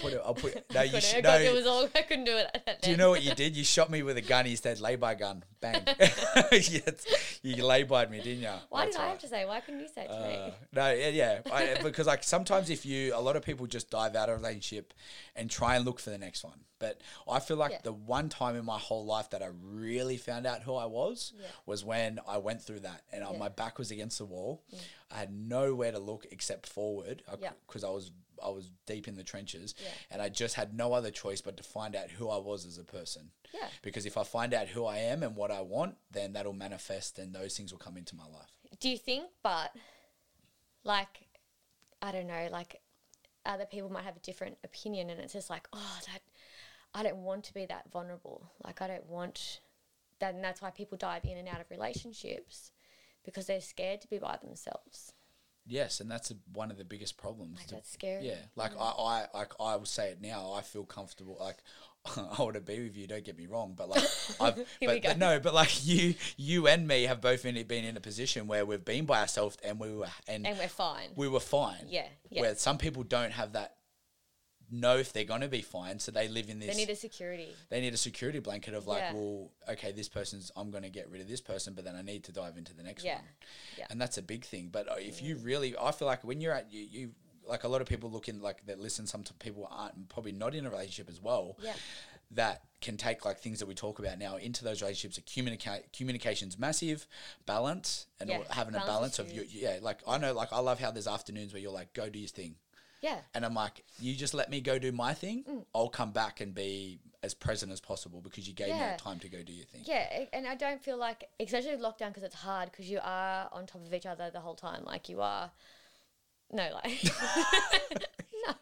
A: put it. I'll put it. Oh, No, you
B: Couldn't-
A: should.
B: God,
A: No,
B: it was all I couldn't do it. At that
A: do you know what you did? You shot me with a gun instead. Lay by gun.
B: (laughs)
A: Bang. (laughs) Yes, you lay by me, didn't you?
B: Why did I have to say? Why couldn't you say it to
A: Uh,
B: me?
A: no, yeah, yeah. I, (laughs) because like sometimes if you, a lot of people just dive out of a relationship and try and look for the next one. But I feel like
B: Yeah.
A: the one time in my whole life that I really found out who I was
B: Yeah.
A: was when I went through that and I,
B: Yeah.
A: my back was against the wall. I had nowhere to look except forward
B: Yeah.
A: because I was I was deep in the trenches
B: Yeah.
A: and I just had no other choice but to find out who I was as a person.
B: Yeah.
A: Because if I find out who I am and what I want, then that'll manifest and those things will come into my life.
B: Do you think? But like, I don't know. Like, other people might have a different opinion, and it's just like, oh, that I don't want to be that vulnerable. Like, I don't want that, and that's why people dive in and out of relationships because they're scared to be by themselves.
A: Yes, and that's a, one of the biggest problems.
B: Like,
A: to-
B: that's scary.
A: yeah, like I, I, like I will say it now. I feel comfortable. Like (laughs) I want to be with you. Don't get me wrong, but
B: (laughs)
A: like I've,
B: Here we
A: but, but
B: go.
A: no, but like (laughs) you, you and me have both in, been in a position where we've been by ourselves and we were and,
B: and we're fine.
A: we were fine.
B: Yeah, yeah.
A: Where some people don't have that know if they're going to be fine, so they live in this
B: they need a security.
A: they need a security blanket of like,
B: Yeah.
A: well, okay, this person's, I'm going to get rid of this person, but then I need to dive into the next
B: Yeah.
A: one.
B: Yeah.
A: And that's a big thing. But uh, if you really, I feel like when you're at, you, you like a lot of people looking like that listen, some t- people aren't probably not in a relationship as well.
B: Yeah.
A: That can take like things that we talk about now into those relationships. Like communica- communication's massive, balance, and
B: Yeah,
A: all- having a
B: balance
A: balance
B: is
A: of you. Yeah, like I know, like I love how there's afternoons where you're like, go do your thing,
B: Yeah.
A: and I'm like, you just let me go do my thing.
B: Mm.
A: I'll come back and be as present as possible because you gave me
B: Yeah.
A: that time to go do your thing.
B: Yeah, a- and I don't feel like, especially with lockdown, because it's hard because you are on top of each other the whole time. Like you are, (laughs) no, like no,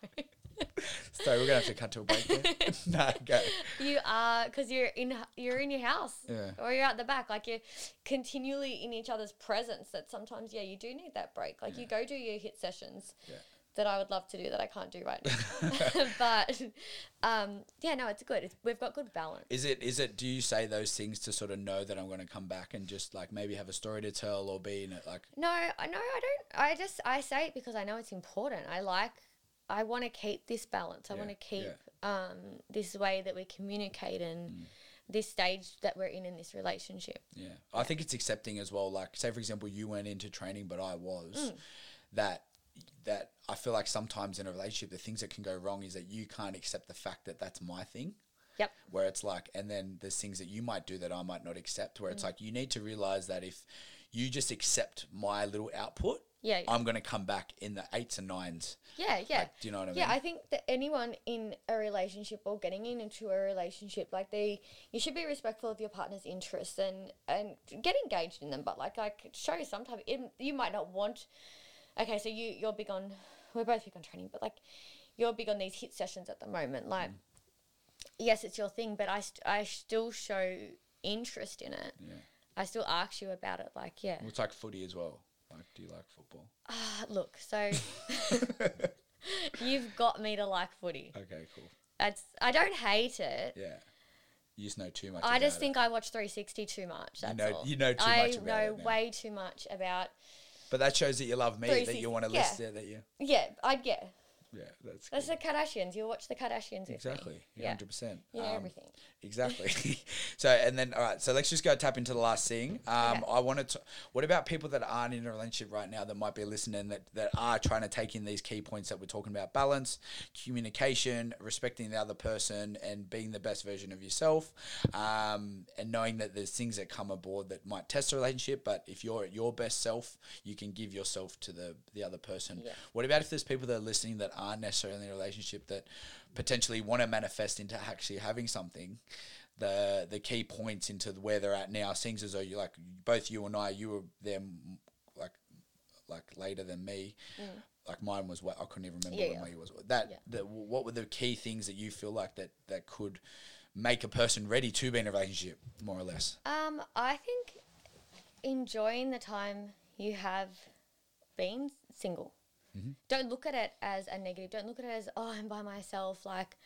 A: Sorry, we're gonna have to cut to a break. There.
B: (laughs)
A: (laughs) no, go.
B: You are because you're in you're in your house,
A: Yeah.
B: or you're out the back. Like you're continually in each other's presence. That sometimes, yeah, you do need that break. Like you go do your hit sessions
A: Yeah.
B: that I would love to do that I can't do right now.
A: (laughs)
B: (laughs) but um, yeah, no, it's good. It's, we've got good balance.
A: Is it? Is it? Do you say those things to sort of know that I'm going to come back and just like maybe have a story to tell or be in it? Like,
B: No, I no, I don't. I just I say it because I know it's important. I like. I want to keep this balance. I
A: Yeah,
B: want to keep
A: yeah. Mm.
B: um, this way that we communicate and this stage that we're in in this relationship.
A: yeah, I think it's accepting as well. Like, say for example, you went into training, but I was
B: Mm.
A: that. That I feel like sometimes in a relationship, the things that can go wrong is that you can't accept the fact that that's my thing.
B: Yep.
A: where it's like and then there's things that you might do that I might not accept where
B: Mm.
A: it's like you need to realize that if you just accept my little output
B: Yeah.
A: I'm going to come back in the eights and nines
B: Yeah. Yeah.
A: Like, do you know what I
B: yeah,
A: mean
B: I think that anyone in a relationship or getting into a relationship, like they, you should be respectful of your partner's interests and and get engaged in them. But like, like show sometimes it, you might not want. Okay, so you you're big on, we're both big on training, but like, you're big on these hit sessions at the moment. Like, yes, it's your thing, but I st- I still show interest in it.
A: Yeah.
B: I still ask you about it. Like, yeah,
A: Well, it's like footy as well like do you like
B: (laughs)
A: football
B: Ah, look, so. (laughs) You've got me to like footy.
A: okay cool
B: That's I don't hate it.
A: yeah you just know too much
B: I
A: about
B: just
A: it.
B: think I watch 360 too much. That's
A: know-
B: all.
A: you know too
B: I
A: much about
B: know
A: it now.
B: way too much about.
A: but that shows that you love me that
B: 360,
A: you want to
B: yeah.
A: list there that you
B: Yeah, I'd yeah.
A: yeah that's
B: That's
A: cool.
B: the Kardashians. You watch the Kardashians with me.
A: exactly
B: Yeah.
A: 100%
B: Yeah,
A: Um,
B: everything.
A: Exactly. (laughs) so, and then, all right. So let's just go tap into the last thing. Um,
B: Okay.
A: I wanted to. What about people that aren't in a relationship right now that might be listening that that are trying to take in these key points that we're talking about: balance, communication, respecting the other person, and being the best version of yourself, um, and knowing that there's things that come aboard that might test the relationship. But if you're at your best self, you can give yourself to the the other person.
B: Yeah.
A: What about if there's people that are listening that aren't necessarily in a relationship that potentially want to manifest into actually having something? The the key points into where they're at now seems as though you like both you and I, you were them like like later than me. Like mine was what I couldn't even remember
B: Mm. Yeah,
A: when
B: yeah.
A: mine was. That
B: Yeah.
A: that what were the key things that you feel like that that could make a person ready to be in a relationship, more or less.
B: Um, I think enjoying the time you have been single. Don't look at it as a negative. Don't look at it as oh, I'm by myself. Like,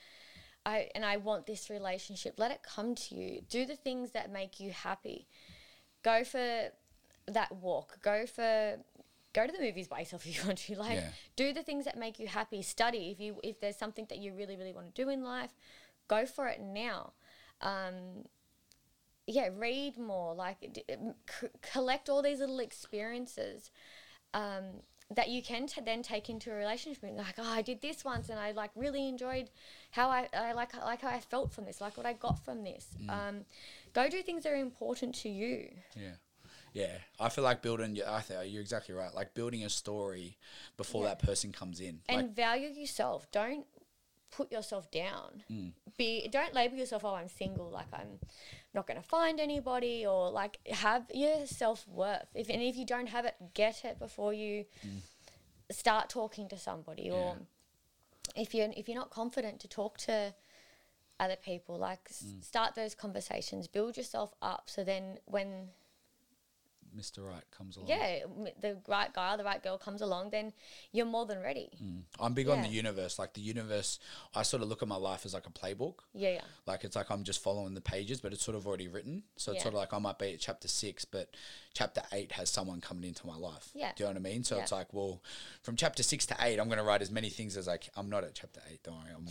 B: I and I want this relationship. Let it come to you. Do the things that make you happy. Go for that walk. Go for go to the movies by yourself (laughs) if you want to. Like,
A: Yeah.
B: do the things that make you happy. Study if you if there's something that you really really want to do in life. Go for it now Um, yeah, read more, like d- um, c- collect all these little experiences um, that you can t- then take into a relationship. And like, oh, I did this once, and I like really enjoyed how I, I like I like how I felt from this, like what I got from this. Um, go do things that are important to you.
A: Yeah. Yeah. I feel like building your I think you're exactly right. Like building a story before that person comes in. like
B: and value yourself. Don't put yourself down. Be don't label yourself. Oh, I'm single. Like I'm not going to find anybody. Or like have your self worth. If and if you don't have it, get it before you start talking to somebody. Or if you are if you're not confident to talk to other people, like s- start those conversations. Build yourself up. So then when
A: Mr. Right comes along.
B: yeah, m- the right guy or the right girl comes along, then you're more than ready.
A: I'm big on the
B: Yeah.
A: universe. Like the universe I sort of look at my life as like a playbook.
B: Yeah, yeah.
A: Like it's like I'm just following the pages, but it's sort of already written. So it's
B: Yeah.
A: sort of like I might be at chapter six, but chapter eight has someone coming into my life.
B: Yeah.
A: Do you know what I mean? So it's
B: Yeah.
A: like, well, from chapter six to eight, I'm going to write as many things as I. Can. I'm not at chapter eight. Don't worry.
B: (laughs)
A: I'm,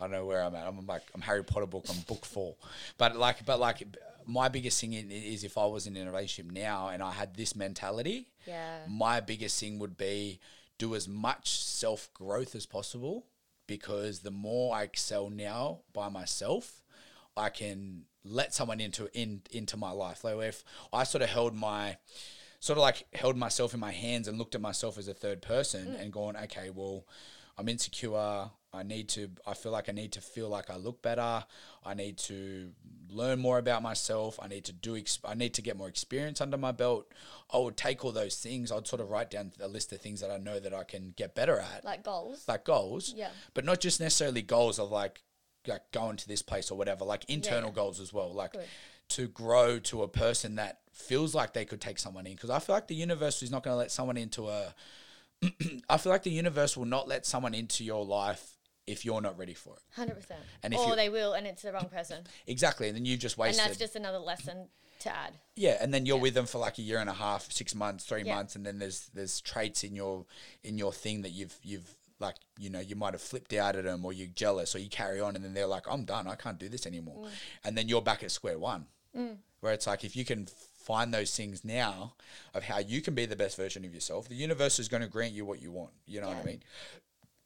A: I don't know where I'm at. I'm like I'm Harry Potter book. I'm book four. But like, but like, my biggest thing in- is if I was in a relationship now and I had this mentality.
B: Yeah.
A: My biggest thing would be do as much self growth as possible because the more I excel now by myself, I can let someone into in into my life. Like if I sort of held my sort of like held myself in my hands and looked at myself as a third person and gone, okay, well, I'm insecure. I need to. I feel like I need to feel like I look better. I need to learn more about myself. I need to do. Ex- I need to get more experience under my belt. I would take all those things. I'd sort of write down a list of things that I know that I can get better at,
B: like goals.
A: like goals.
B: Yeah.
A: But not just necessarily goals of like like going to this place or whatever. Like internal
B: yeah.
A: goals as well. Like
B: Good.
A: to grow to a person that feels like they could take someone in because I feel like the universe is not going to let someone into a (clears throat) I feel like the universe will not let someone into your life if you're not ready for it.
B: Hundred percent.
A: And if
B: Or
A: you-
B: they will, and it's the wrong person.
A: Exactly. And then you've just
B: And
A: wasted.
B: that's just another lesson to add.
A: yeah. And then you're with them for like a year and a half, six months, three
B: Yeah.
A: months. And then there's, there's traits in your, in your thing that you've, you've like, you know, you might have flipped out at them or you're jealous or you carry on. And then they're like, I'm done. I can't do this
B: Mm.
A: anymore. And then you're back at square one where it's like, if you can find those things now of how you can be the best version of yourself, the universe is going to grant you what you want. You know what I
B: Yeah.
A: mean?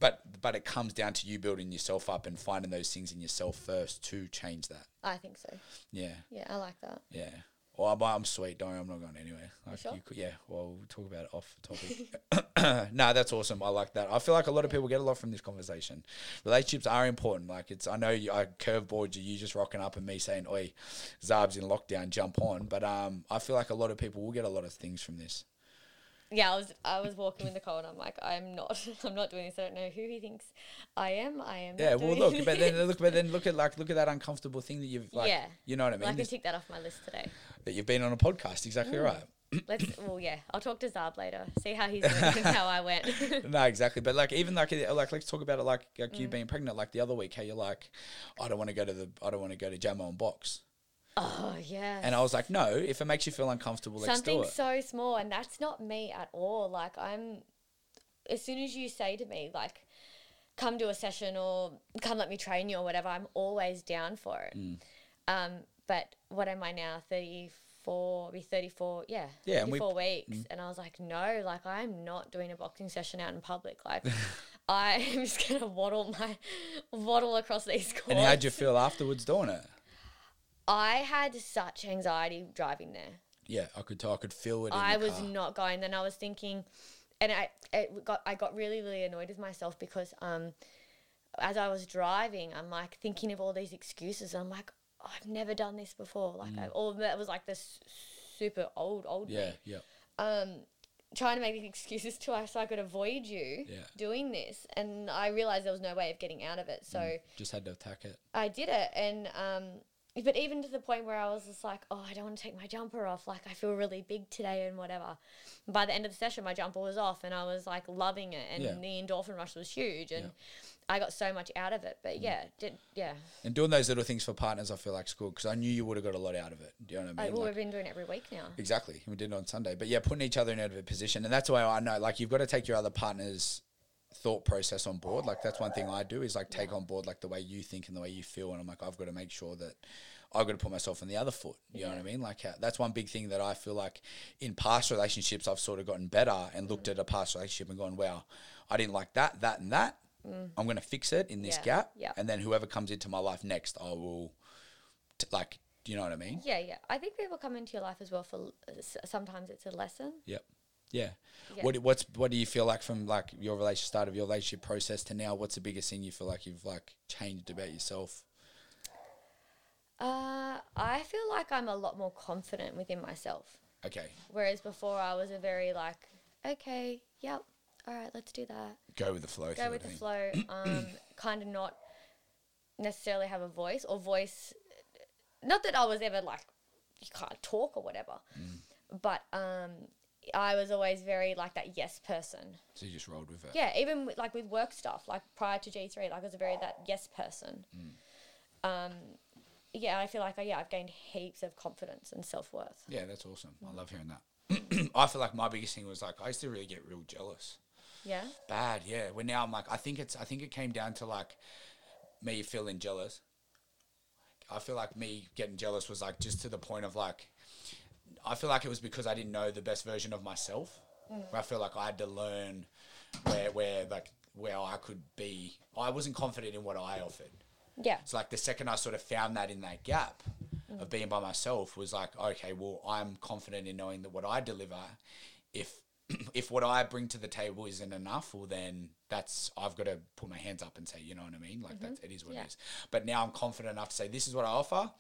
A: But but it comes down to you building yourself up and finding those things in yourself first to change that.
B: I think so.
A: Yeah,
B: Yeah, I like that.
A: yeah. Well, I'm, I'm sweet. Don't worry, I'm not going anywhere. Like,
B: sure?
A: could- yeah. Well, we'll talk about it off topic. (coughs) no, that's awesome. I like that. I feel like a lot of people get a lot from this conversation. Relationships are important. Like it's. I know you, I curveballed you. You just rocking up and me saying, "Oi, Zab's in lockdown. Jump on." But um, I feel like a lot of people will get a lot of things from this.
B: Yeah, I was I was walking with Nicole, and I'm like, I'm not, (laughs) I'm not doing this. I don't know who he thinks I am. I am.
A: Yeah.
B: not
A: Well,
B: doing (laughs)
A: look. But
B: this.
A: then look. But then look at like look at that uncomfortable thing that you've like.
B: Yeah.
A: You know what I mean?
B: Well, I can
A: This-
B: tick that off my list today.
A: that you've been on a podcast. Exactly
B: Mm.
A: right.
B: Let's. Well, yeah, I'll talk to Zab later. See how he's doing
A: (laughs)
B: and how I went. (laughs)
A: no, exactly. But like, even like, uh, like, let's talk about it. Like, like
B: Mm.
A: you being pregnant, like the other week, how you're like, I don't want to go to the, I don't want to go to Jamo and Box.
B: oh yeah.
A: And I was like, no, if it makes you feel uncomfortable, let's
B: something
A: do it.
B: so small and that's not me at all like i'm as soon as you say to me like come do a session or come let me train you or whatever i'm always down for it
A: Mm.
B: um, but what am i now 34 be 34 yeah
A: Yeah, and we- Mm.
B: 34 weeks and i was like no like i'm not doing a boxing session out in public like (laughs) i'm just gonna waddle my waddle across these courts
A: and how'd you feel afterwards doing it?
B: i had such anxiety driving there
A: Yeah, I could tell. I could feel it. In
B: I
A: the
B: was
A: car.
B: not going. Then I was thinking, and I it got I got really really annoyed with myself because um, as I was driving, I'm like thinking of all these excuses. I'm like, "Oh, I've never done this before. Like, I, all that was like this super old old
A: Mm. Yeah,
B: me
A: yeah.
B: um, trying to make these excuses (laughs) to us so I could avoid you
A: Yeah.
B: doing this, and I realized there was no way of getting out of it. So.
A: Just had to attack it.
B: I did it, and um, but even to the point where I was just like, oh, I don't want to take my jumper off. Like I feel really big today, and whatever. By the end of the session, my jumper was off, and I was like loving it, and
A: Yeah.
B: the endorphin rush was huge, and
A: Yeah. Mm.
B: I got so much out of it. But yeah, did, yeah.
A: And doing those little things for partners, I feel like, is cool because I knew you would have got a lot out of it. Do you know what I
B: Like,
A: mean?
B: well,
A: Like-
B: we've been doing it every week now.
A: Exactly. We did it on Sunday. But yeah, putting each other in out of a position. And that's why I know, like, you've got to take your other partner's thought process on board. Like, that's one thing I do is like take on board, like, the way you think and the way you feel. And I'm like, I've got to make sure that I've got to put myself on the other foot. You know what I mean? Like, how, that's one big thing that I feel like in past relationships, I've sort of gotten better and
B: Mm.
A: looked at a past relationship and gone, wow, I didn't like that, that, and that. I'm going to fix it in this
B: Mm. Yeah.
A: gap.
B: Yeah.
A: And then whoever comes into my life next, I will, t- like, do you know what I mean?
B: Yeah, yeah. I think people come into your life as well for l- s- sometimes it's a lesson.
A: Yep. Yeah.
B: Yeah.
A: What what's what do you feel like from like your relationship start of your relationship process to now? What's the biggest thing you feel like you've like changed about yourself?
B: Uh, I feel like I'm a lot more confident within myself.
A: Okay,
B: Whereas before I was a very like, okay, yep, all right, let's do that.
A: go with the flow.
B: Go with the flow. Um, kind of not necessarily have a voice or voice. Not that I was ever like, you can't talk or whatever, but um, I was always very like that yes person.
A: So you just rolled with it.
B: Yeah, even with, like with work stuff, like prior to G three, like I was a very that yes person. Um, yeah, I feel like uh, yeah, I've gained heaps of confidence and self worth.
A: Yeah, that's awesome. I love hearing that. (clears throat) I feel like my biggest thing was like I used to really get real jealous.
B: Yeah,
A: Bad, yeah. When now I'm like I think it's I think it came down to like me feeling jealous. I feel like me getting jealous was like just to the point of like I feel like it was because I didn't know the best version of myself. I feel like I had to learn where where like where I could be. I wasn't confident in what I offered.
B: yeah, Mm.
A: It's like the second I sort of found that in that gap of being by myself was like, okay, well, I'm confident in knowing that what I deliver, if (clears throat) if what I bring to the table isn't enough, well then that's I've got to put my hands up and say, you know what I mean? Like that's it is what
B: Mm-hmm. Yeah.
A: it is. But now I'm confident enough to say this is what I offer.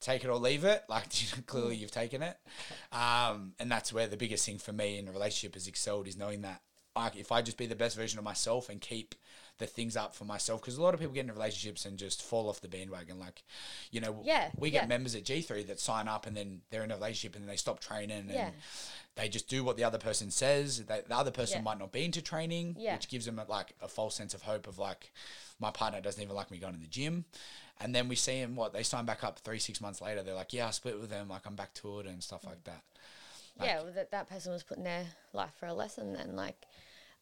A: Take it or leave it. Like (laughs) clearly
B: Mm.
A: you've taken it, um, and that's where the biggest thing for me in a relationship has excelled is knowing that I, if I just be the best version of myself and keep the things up for myself, because a lot of people get into relationships and just fall off the bandwagon. Like, you know,
B: Yeah,
A: we get
B: yeah.
A: members at G three that sign up and then they're in a relationship and then they stop training and
B: Yeah.
A: they just do what the other person says. They, the other person
B: Yeah.
A: might not be into training,
B: Yeah.
A: which gives them like a false sense of hope of like my partner doesn't even like me going to the gym. And then we see them what they sign back up three six months later. They're like, yeah, I split with them. Like I'm back to it and stuff like that.
B: yeah, well, that that person was putting their life for a lesson. Then, like,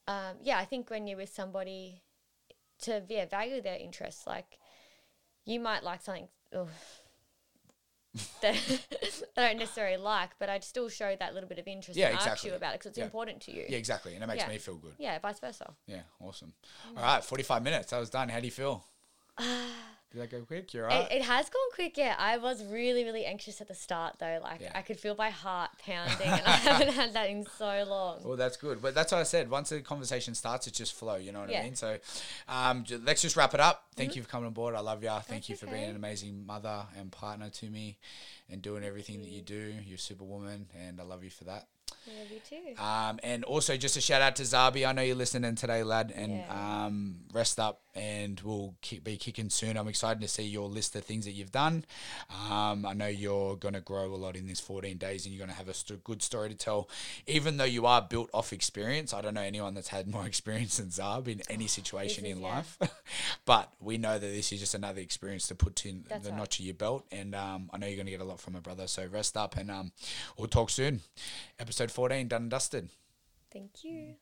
B: um, yeah, I think when you're with somebody, to yeah, value their interests. Like, you might like something oh,
A: (laughs)
B: that (laughs) I don't necessarily like, but I'd still show that little bit of interest.
A: Yeah,
B: and ask
A: exactly.
B: you about it because it's
A: Yeah.
B: important to you.
A: Yeah, exactly. And it makes
B: Yeah.
A: me feel good.
B: Yeah, vice versa.
A: Yeah, awesome. All right, forty five minutes. That was done. How do you
B: (sighs)
A: feel? Did that go quick? You're right.
B: It, it has gone quick, yeah. I was really, really anxious at the start, though. Like,
A: Yeah.
B: I could feel
A: (laughs)
B: my heart pounding, and I haven't had that in so long.
A: Well, Oh, that's good. But that's what I said. Once the conversation starts, it just flow. You know what I
B: Yeah. Mm-hmm.
A: mean? So um, ju- let's just wrap it up. Thank you for coming on board. I love you. Thank
B: That's
A: you for
B: okay.
A: being an amazing mother and partner to me and doing everything that you do. You're a superwoman, and I love you for that.
B: I love you too.
A: Um, and also, just a shout out to Zabi. I know you're listening today, lad. And
B: Yeah.
A: um, rest up, and we'll ki- be kicking soon. I'm excited to see your list of things that you've done. Um, I know you're going to grow a lot in these 14 days, and you're going to have a st- good story to tell. Even though you are built off experience, I don't know anyone that's had more (laughs) experience than Zab in any situation
B: Oh, is-
A: in
B: yeah.
A: life. (laughs) but we know that this is just another experience to put in
B: That's
A: the
B: right.
A: notch of your belt. And um, I know you're going to get a lot from my brother. So rest up, and um, we'll talk soon. Episode 14, done and dusted.
B: Thank you.